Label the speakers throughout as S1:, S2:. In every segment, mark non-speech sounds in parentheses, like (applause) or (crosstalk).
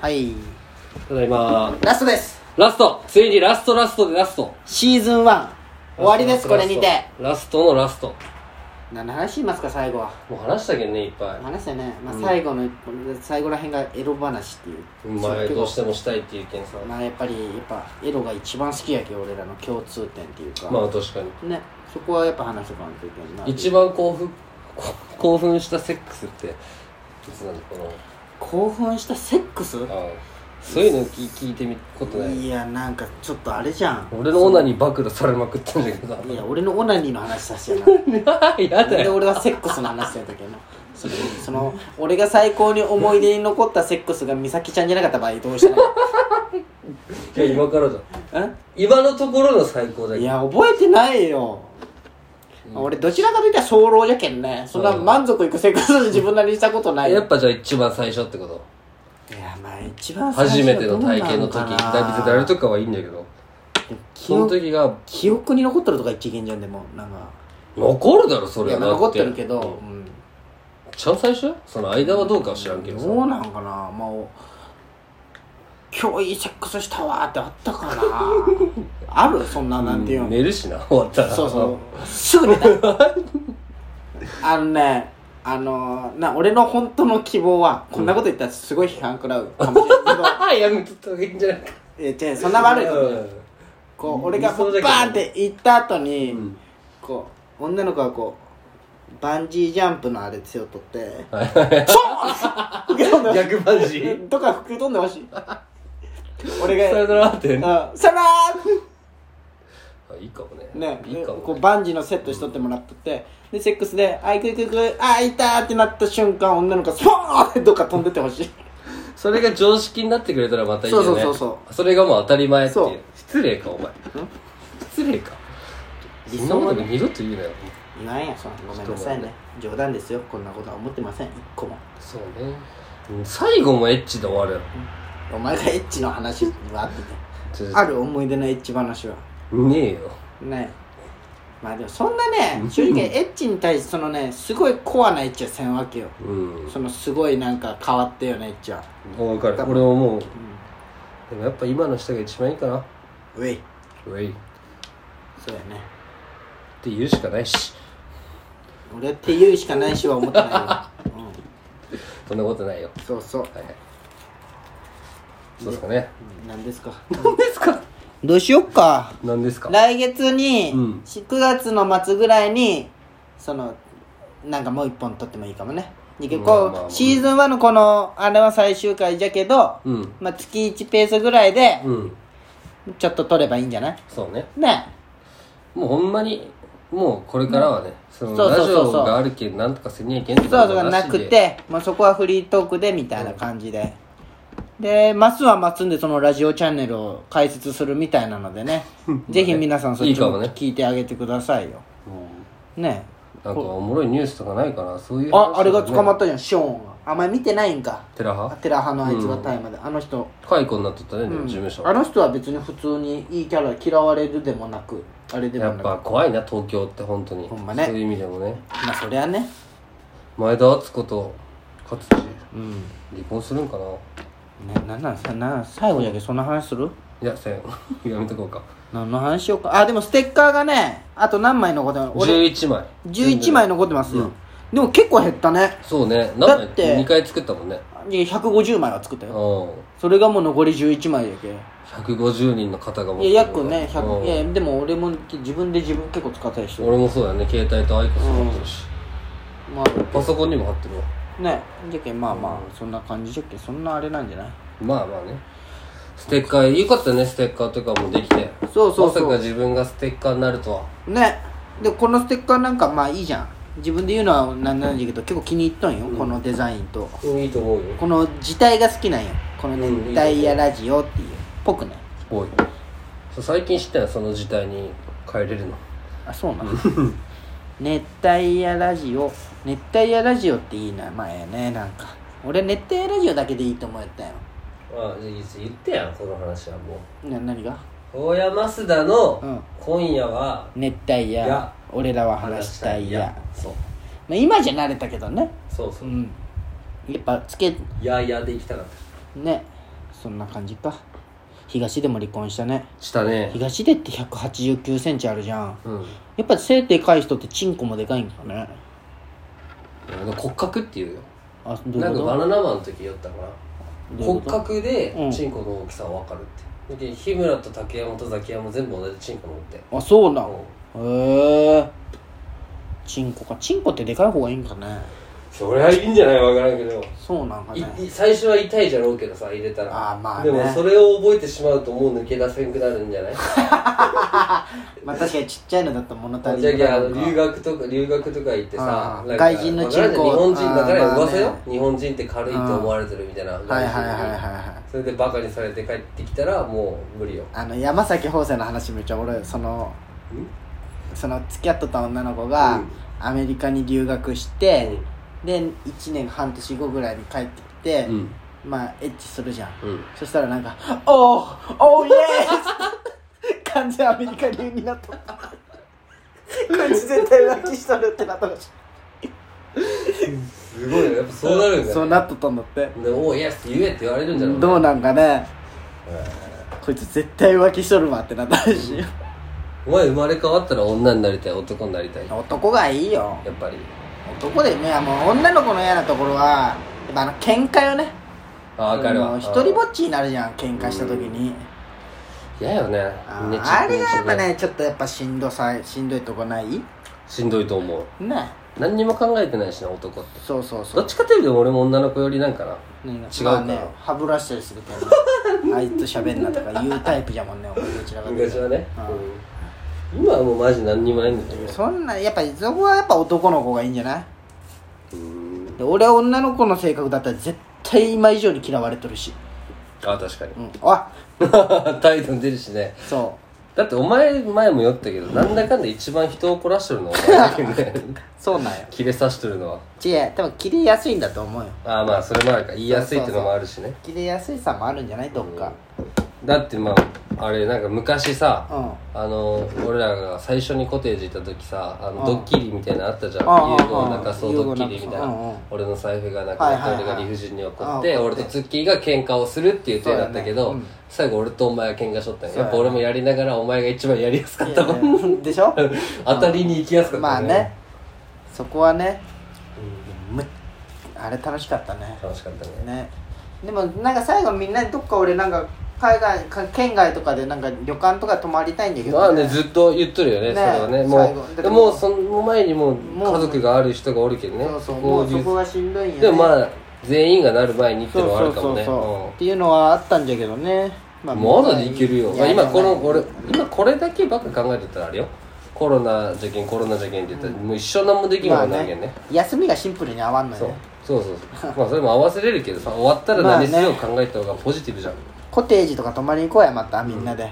S1: はい
S2: ただいま
S1: ラストです
S2: ラストついにラストラストでラスト
S1: シーズン1終わりですこれ
S2: ラスト
S1: にて
S2: ラストのラスト
S1: 何の話しますか最後は
S2: もう話したけどねいっぱ
S1: 話したよね、まあ
S2: うん
S1: 最後の一本最後らへんがエロ話っていう
S2: い前
S1: そう
S2: どうしてもしたいっていうけんさ
S1: まあやっぱりやっぱエロが一番好きやけ俺らの共通点っていうか、
S2: まあ確かに
S1: ねそこはやっぱ話しとかんといけんな
S2: 一番興奮こ興奮したセックスっていつなのこの
S1: 興奮したセックス
S2: あそういうの聞聞いてみことない
S1: いやなんかちょっとあれじゃん
S2: 俺のオナニー暴露されまくったんだけど
S1: いや俺のオナニーの話させてやな
S2: さや
S1: な
S2: だ
S1: んで
S2: よ
S1: 俺はセックスの話やったっけどなそのその俺が最高に思い出に残ったセックスが美咲ちゃんじゃなかった場合どうした (laughs)
S2: いや今からだ
S1: らん
S2: 今のところの最高だ
S1: い
S2: けど
S1: や覚えてないよ、俺どちらかといったら早漏じゃけんねそんな満足いくセックス自分なりにしたことない
S2: や
S1: よ
S2: っぱじゃあ一番最初ってこと
S1: いやまあ一番最初
S2: 初めての体験の時
S1: どうなかな
S2: だ
S1: い
S2: ぶ別に誰とかはいいんだけど
S1: 記
S2: その
S1: 憶
S2: 時が
S1: 記憶に残ってるとか言っちゃいけんじゃんでもなんか
S2: 残るだろそ
S1: い
S2: れ
S1: や
S2: は
S1: まあ
S2: だ
S1: 残ってるけど、うん
S2: ちゃん最初その間はどうかは知らんけどさ
S1: どうなんかなもう今日いいセックスしたわってあったかな
S2: (laughs)
S1: あるそんななんていうの、
S2: 寝るしな終わったら
S1: そうそうすぐ寝たあのねあのな俺の本当の希望はこんなこと言ったらすごい批判食らうかもしれないけど、
S2: ああやめとった方がいいんじゃないか (laughs)
S1: え違うそんな悪いことじゃないこう俺がバーンって行った後に、
S2: うん
S1: こう女の子がこうバンジージャンプのあれ背を取って
S2: はいはいは
S1: 「
S2: い
S1: そう!」吹き飛
S2: (laughs)
S1: んでほしい
S2: 逆バンジー
S1: とか吹き飛んでほ
S2: (laughs)
S1: しい俺
S2: さよ
S1: が
S2: ならって
S1: 「
S2: ね
S1: うんさよな
S2: あいいかもね
S1: ら!」ね
S2: いいか
S1: こ
S2: も
S1: う
S2: ね
S1: バンジーのセットしとってもらっとってでセックスで「あいくいくいくあいた!」ってなった瞬間女の子がスポーンってどっか飛んでってほしい
S2: それが常識になってくれたらまたいいよね
S1: そうそうそうそ
S2: それがもう当たり前ってい
S1: そう
S2: う失礼かお前失礼か
S1: 理
S2: そ
S1: 想
S2: んなこ
S1: は
S2: と
S1: ね
S2: 二度と言うなよ
S1: いないやそんなごめんなさいね冗談ですよこんなことは思ってません一個も
S2: そうねうん最後もエッチで終わるや
S1: お前がエッチの話はあってて
S2: ろ
S1: ある思い出のエッチ話は
S2: ねえよ
S1: ねまあでもそんなね正直エッチに対してそのねすごいコアなエッチはせんわけよ
S2: うん
S1: そのすごいなんか変わったようなエッチは
S2: 分かる俺ももうでもやっぱ今の人が一番いいかな
S1: うえい
S2: ウェイっ
S1: そうやね
S2: て言うしかないし
S1: 俺って言うしかないしは思ってない (laughs) よ、
S2: そんなことないよ
S1: うん、そうそう
S2: はいはいそうですかね
S1: 何ですか
S2: 何ですか
S1: (laughs) どうしよっか
S2: 何ですか
S1: 来月に、
S2: うん
S1: 9月の末ぐらいにそのなんかもう一本撮ってもいいかもねで結
S2: まあ
S1: 構、
S2: まあまあ
S1: シーズン1のこのあれは最終回じゃけど、
S2: うん
S1: まあ、月1ペースぐらいで
S2: うん
S1: ちょっと撮ればいいんじゃない
S2: そうね
S1: ね
S2: もうほんまにもうこれからはね、その
S1: そうそう
S2: ラ
S1: そう
S2: ジ
S1: そう
S2: オがあるけんなんとかせにゃいけんって
S1: そ
S2: こ
S1: う
S2: と
S1: そうがなくて、まあ、そこはフリートークでみたいな感じで、でマスはマスんでそのラジオチャンネルを開設するみたいなので
S2: (laughs)
S1: ねぜひ皆さんそっ
S2: いい
S1: ち
S2: かも
S1: も
S2: ね
S1: 聞いてあげてくださいよね
S2: なんかおもろいニュースとかないかなそういう話
S1: ああれが捕まったたじゃんショーンがあんまり見てないんか
S2: テラ
S1: あ
S2: ハ
S1: テラ派のあいつがタイまで、あの人、
S2: 解雇になっとったね、
S1: うん
S2: 事務所
S1: あの人は別に普通にいいキャラ嫌われるでもなくあれでも
S2: やっ
S1: なく
S2: ぱ怖いな東京って本当に
S1: ほんまね
S2: そういう意味でもね
S1: まあそりゃね
S2: 前田敦子と勝地
S1: うん
S2: 離婚するんかな
S1: ななんなんさなん最後じゃけそんな話する
S2: いやせん (laughs) やめとこうか
S1: 何の話しようかあでもステッカーがねあと何枚残ってます俺
S2: 11枚
S1: 11枚残ってますよ、でも結構減ったね
S2: そうね何
S1: だ
S2: 枚
S1: って
S2: 2回作ったもんね
S1: いや150枚は作った
S2: うん
S1: よそれがもう残り11枚やけ
S2: 150人の方が持って
S1: い
S2: る
S1: や約ね
S2: う
S1: 100
S2: ん
S1: いやでも俺も自分で自分結構使ったりしてる
S2: 俺もそうだね携帯とアイコス持ってるし、
S1: ま
S2: パソコンにも貼ってるわ
S1: あねじゃけまあまあそんな感じじゃけそんなあれなんじゃない
S2: まあまあねステッカーよかったねステッカーとかもできて
S1: そうそうそう
S2: まさか自分がステッカーになるとは
S1: ねでこのステッカーなんかまあいいじゃん自分で言うのはなんなんだけど結構気に入っとんよ、このデザインと
S2: いいと思うよ
S1: この字体が好きなんよこのね
S2: う
S1: 「
S2: ん
S1: ダイヤラジオ」っていうぽくね
S2: おいそう最近知ったよその時代に帰れるの
S1: あそうなの (laughs) 熱帯夜ラジオ熱帯夜ラジオっていい名前やねなんか俺熱帯夜ラジオだけでいいと思ったよ
S2: ああ言ってやんその話はも
S1: な何が
S2: う大山増田
S1: う
S2: の
S1: ん
S2: 今夜は
S1: 熱帯
S2: い
S1: 夜
S2: や
S1: 俺らは話したいや
S2: そう
S1: まあ、今じゃ慣れたけどね
S2: そうそううん
S1: やっぱつけ
S2: やいやで行きたかっ
S1: ねそんな感じか東でも離婚したね
S2: したね
S1: 東でって1 8 9センチあるじゃん
S2: うん
S1: やっぱ背でかい人ってチンコもでかいんかね
S2: あの骨格っていうよ
S1: あどうい
S2: な
S1: うんこ
S2: か
S1: と
S2: バナナマンの時やったかな
S1: どういう
S2: 骨
S1: こと
S2: 格で
S1: うん
S2: チンコの大きさは分かるって、で日村と竹山とザキヤマ全部同じチンコ持って
S1: あそうなん
S2: うん
S1: へえチンコかチンコってでかい方がいいんかね
S2: そりゃいいんじゃない分からんけど
S1: そうなんか
S2: い
S1: ね
S2: い最初は痛いじゃろうけどさ入れたら
S1: あーまあね
S2: でもそれを覚えてしまうともう抜け出せんくなるんじゃない
S1: まあ確かにちっちゃいのだったら物足り
S2: じゃあ
S1: ない
S2: じゃああの
S1: のか
S2: 留学とか留学とか行ってさ
S1: うん
S2: なんか
S1: 外人の
S2: わからんじ
S1: 人
S2: ゃん
S1: 口
S2: 日本人だ
S1: あ
S2: か
S1: ー
S2: ら
S1: まあね
S2: 噂よ日本人って軽いと思われてるみたいな
S1: はい
S2: 外
S1: はいはいはい
S2: 人
S1: は
S2: に
S1: い
S2: それでバカにされて帰ってきたらもう無理よ
S1: あの山崎邦生の話めっちゃおもろいよその
S2: うん
S1: その付き合っとった女の子が
S2: うん
S1: アメリカに留学して、で1年半年後ぐらいに帰ってきて、
S2: うん
S1: まあエッチするじゃん
S2: うん
S1: そしたらなんか「おおおーイエ (laughs) ー完全アメリカ流になったこいつ絶対浮気しとるってなったらしい
S2: すごいねやっぱそうなるんだ
S1: そうなっとったんだって
S2: でもうイエス言えって言われるんじゃない
S1: どうなんかねこいつ絶対浮気しとるわってなったらしいよ
S2: お前生まれ変わったら女になりたい男になりたいや
S1: 男がいいよ
S2: っぱり
S1: 男でねもう女の子の嫌なところはやっぱあの喧嘩よね
S2: あ分かる
S1: も
S2: わ
S1: う一人ぼっちになるじゃん喧嘩した時に
S2: 嫌よね
S1: あ
S2: ね
S1: ーあれがやっぱねちょっとやっぱしんどさしんどいとこない
S2: しんどいと思う
S1: ね
S2: 何にも考えてないしな男って
S1: そうそうそ
S2: ど
S1: う
S2: っちかというと俺も女の子よりなんかな
S1: ね
S2: 違うか
S1: まあね歯ブラしたりするけど (laughs) あいつ喋んなとか言うタイプじゃもんねお前どちらかという
S2: 昔
S1: と
S2: はね
S1: あ
S2: うん今はもうマジ何にもないんだよね
S1: そんなやっぱそこはやっぱ男の子がいいんじゃないう
S2: ーん
S1: で俺は女の子の性格だったら絶対今以上に嫌われとるし
S2: あ確かに
S1: うんあ
S2: (laughs) 態度出るしね
S1: そ
S2: だってお前前も酔ったけどなんだかんだ一番人を怒らしてるのはお前だけどね (laughs)
S1: うそうなんよ
S2: 切れさしてるのは
S1: 違う多分切れやすいんだと思うよ
S2: ああまあそれもあるか言いやすいってのもあるしね
S1: 切れやすいさもあるんじゃないどっか
S2: だってまああれなんか昔さ
S1: うん
S2: あの俺らが最初にコテージ行った時さあ
S1: う
S2: の
S1: ん
S2: ドッキリみたいなのあったじゃん
S1: うんうんうん
S2: 優吾中そうドッキリみたい
S1: 優吾中そううんうん
S2: な俺の財布がなくなって俺が理不尽に怒
S1: はいは
S2: っ
S1: いはい
S2: て
S1: あ怒
S2: 俺
S1: って
S2: とツッキーが喧嘩をするっていう手だったけ
S1: そう
S2: ど
S1: やねうん
S2: 最後俺とお前は喧嘩しとったんや
S1: そうや
S2: や
S1: ね
S2: っぱ俺もやりながらお前が一番やりやすかったもん
S1: でしょ
S2: (laughs) 当たりに行きやすかった
S1: まあねそこはねむあれ楽しかったね
S2: 楽しかったね
S1: ねでもなんか最後みんなでどっか俺なんか海外か県外とかでなんか旅館とか泊まりたいんだけど、
S2: まあね、ずっと言っとるよね、
S1: ね
S2: それはね。
S1: 最
S2: も
S1: 後
S2: う、
S1: で
S2: で
S1: も
S2: もうその前にもう
S1: もう
S2: 家族がある人がおるけどね。
S1: そうそう
S2: こ
S1: もう
S2: じゅ
S1: そこがしんどいんや、ね、
S2: でもまあ、全員がなる前にって
S1: そう
S2: のはあ
S1: そ
S2: る
S1: う
S2: か
S1: そ
S2: も
S1: う
S2: ね。
S1: そう
S2: う
S1: っていうのはあったんじゃけどね、まあ、
S2: んまだできるよ。
S1: い
S2: ま
S1: や
S2: あ今こ
S1: い
S2: の、
S1: や
S2: 俺、今これだけばっか考えてたらあれよ。コロナじゃけん、コロナじゃけんって言ったら、もう一生何もできんもんないけんね。
S1: 休みがシンプルに合わんの
S2: そ
S1: よ、
S2: う
S1: ね、。
S2: そうそうそう。まあそれも合わせれるけどさ、終わったら何しよう考えた方がポジティブじゃん。
S1: コテージとか泊まりに行こうやまたみんなで、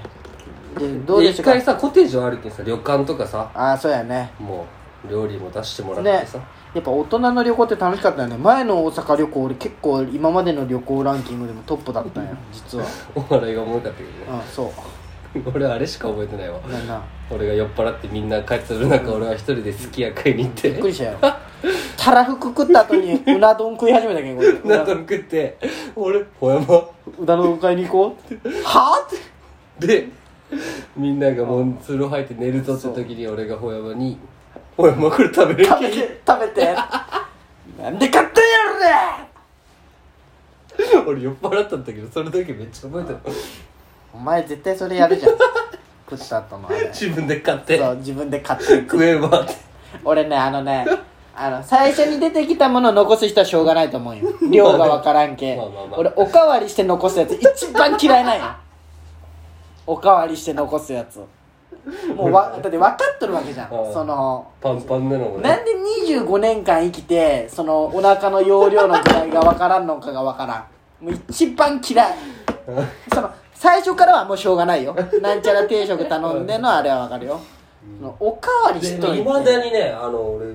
S1: でどう
S2: で
S1: でした
S2: 一
S1: か
S2: 回さ、コテージはあるけんさ、旅館とかさ、
S1: ああそうやね
S2: もう料理も出してもらっ
S1: ね
S2: てさ。
S1: やっぱ大人の旅行って楽しかったよね前の大阪旅行俺結構今までの旅行ランキングでもトップだったんや実は
S2: お笑いが重かったけどね。
S1: うんそ
S2: (laughs) 俺あれしか覚えてないわ
S1: うなんな
S2: 俺が酔っ払ってみんな帰ってる中俺は一人ですき家食いに行っ
S1: びっく
S2: て
S1: りしたよたらふく食った後にうな丼食い始めたけんこれう
S2: (laughs)
S1: (laughs)
S2: 納
S1: な
S2: 豆食って俺ほやま
S1: うな丼買いに行こうってはぁって
S2: でみんながもうつる吐いて寝るぞって時に俺がほやまに「ほやまこれ食べる
S1: 食べて食べてなんで買ったんやろね (laughs)
S2: 俺酔っ払ったんだけどそれだけめっちゃ覚えてる
S1: お前絶対それやるじゃん食った後のあれ
S2: 自分で買って
S1: そう自分で買って
S2: 食えばって
S1: 俺ねあのね (laughs) あの最初に出てきたものを残す人はしょうがないと思う
S2: (laughs)
S1: よ量がわからんけ
S2: まあまあまあ
S1: 俺おかわりして残すやつ一番嫌いなんや (laughs) おかわりして残すやつもう
S2: (laughs)
S1: わだって分かっとるわけじゃん
S2: うん
S1: その
S2: パンパンなのも
S1: な
S2: ね
S1: んで25年間生きてそのお腹の容量の具合がわからんのかがわからんもう一番
S2: (laughs)
S1: 嫌いその最初からはもうしょうがないよなんちゃら定食頼んでのあれはわかるよそのおかわりしとい
S2: い
S1: て
S2: まだにねあの俺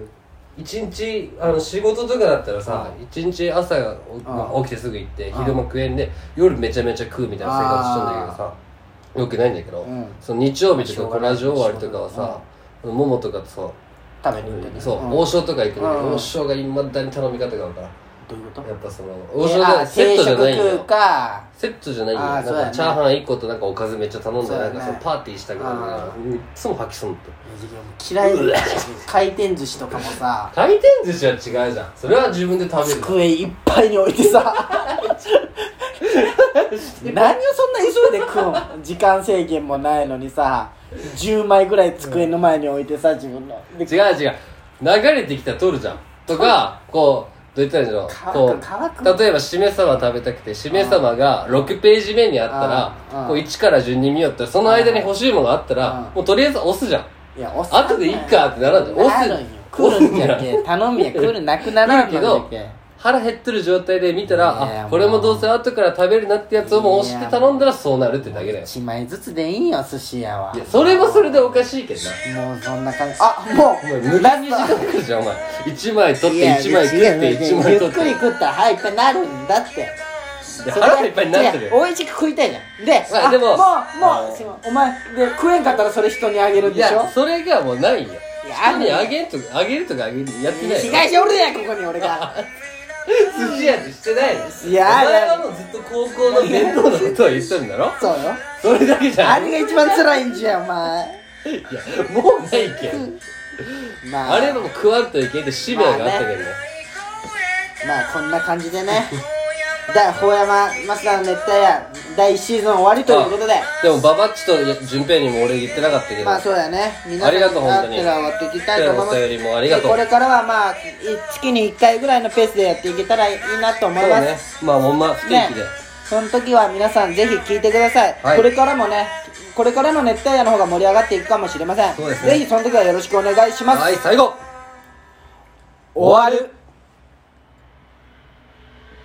S2: 一日あの仕事とかだったらさ一日朝がおまあ起きてすぐ行って
S1: うん
S2: 昼も食えんで夜めちゃめちゃ食うみたいな生活しとんだけどさよくないんだけど、
S1: うん
S2: その日曜日とかラジオ終わりとかはさ、ももとかとさ
S1: 食べに行ってね
S2: そう、
S1: ん
S2: 王将とか行くんだけど、
S1: うん
S2: 王将がいまだに頼み方があるから
S1: どういうこと
S2: やっぱその王
S1: え
S2: 将
S1: あ
S2: だセ
S1: 定
S2: ットじゃ
S1: 食
S2: ないんだ
S1: 食う
S2: よ
S1: か
S2: セットじゃないん
S1: あー
S2: だ
S1: そ
S2: よ
S1: うだよ
S2: なんか
S1: ね
S2: チャーハン1個となんかおかずめっちゃ頼ん
S1: そう
S2: だ
S1: だよ
S2: なん
S1: ね
S2: かそのパーティーしたけど
S1: あ
S2: いつも吐きそうになって
S1: 嫌い回転寿司とかもさ
S2: 回転寿司は違うじゃんそれは自分で食べる
S1: 机いっぱいに置いて
S2: (laughs)
S1: さ何をそんな急いで食うん時間制限もないのにさ10枚ぐらい机の前に置いてさ自分ので
S2: 違う違う流れてきたら取るじゃんとかこうどう言ったらいいんだ
S1: 乾
S2: ろ
S1: く
S2: う
S1: 乾
S2: こ
S1: く
S2: う例えばしめ鯖食べたくてしめ鯖が6ページ目にあった
S1: あー
S2: らこう1から順に見よったらその間に欲しいものがあった
S1: あ
S2: ら
S1: ー
S2: もうとりあえず押すじゃん
S1: いや押さない
S2: 後でいっかってならんじゃん押
S1: な
S2: す
S1: るんよ来るんじゃ
S2: (laughs)
S1: け頼みや来るなくならんのじゃ
S2: 来る
S1: け
S2: 腹減ってる状態で見た
S1: いや
S2: ら
S1: も
S2: あ
S1: う
S2: これもどうせ後から食べるなってやつをもう押して頼んだらそうなるってだけだよ
S1: 1枚ずつでいいよ寿司屋はい
S2: やそれもそれでおかしいけどな
S1: もうそんな感じあも
S2: お前
S1: う
S2: 無駄に時間かかるじゃんお前1枚取って1枚食っ
S1: いや
S2: て1枚
S1: ゆ
S2: 取
S1: っ
S2: っ
S1: くり
S2: て
S1: 食ったら腹いっぱいになるんだって
S2: いや腹がいっぱいになってる
S1: いや美味しく食いたいじゃんで,、
S2: まあでも
S1: もうもうすいませんお前で食えんかったらそれ人にあげるん
S2: い
S1: でしょ
S2: やそれがもうないよ
S1: いや
S2: 人に
S1: あ
S2: あ
S1: る
S2: げんとあげるとかあげるやってない
S1: 被
S2: よ
S1: 害者おるやんここに俺が
S2: (laughs) 寿司屋でしてないよ
S1: いや
S2: お前はもうずっと高校の面倒なことは言ってんだろ
S1: そうよ
S2: それだけじゃ
S1: あ
S2: んい
S1: れが一番辛いんじゃんお前
S2: やもうないけん
S1: まあ
S2: あれはもう食わんといけんって使命があったけどね
S1: まあこんな感じでねだほうやまマスターの熱帯夜第1シーズン終わりということで
S2: でもババッチと順平にも俺言ってなかったけど
S1: まあそうだね皆
S2: あ
S1: さん
S2: りがとう
S1: 会
S2: 本
S1: っ
S2: 当に
S1: てから終わっていきたいと思います
S2: お便りもありがとう
S1: でこれからはまあい月に1回ぐらいのペースでやっていけたらいいなと思い
S2: そう
S1: ます、
S2: ねまあほんま不定期で、
S1: ねその時は皆さんぜひ聞いてください、
S2: はい
S1: これからもねこれからの熱帯夜の方が盛り上がっていくかもしれません、
S2: そうですね
S1: ぜひその時はよろしくお願いします、
S2: はい最後
S1: 終わる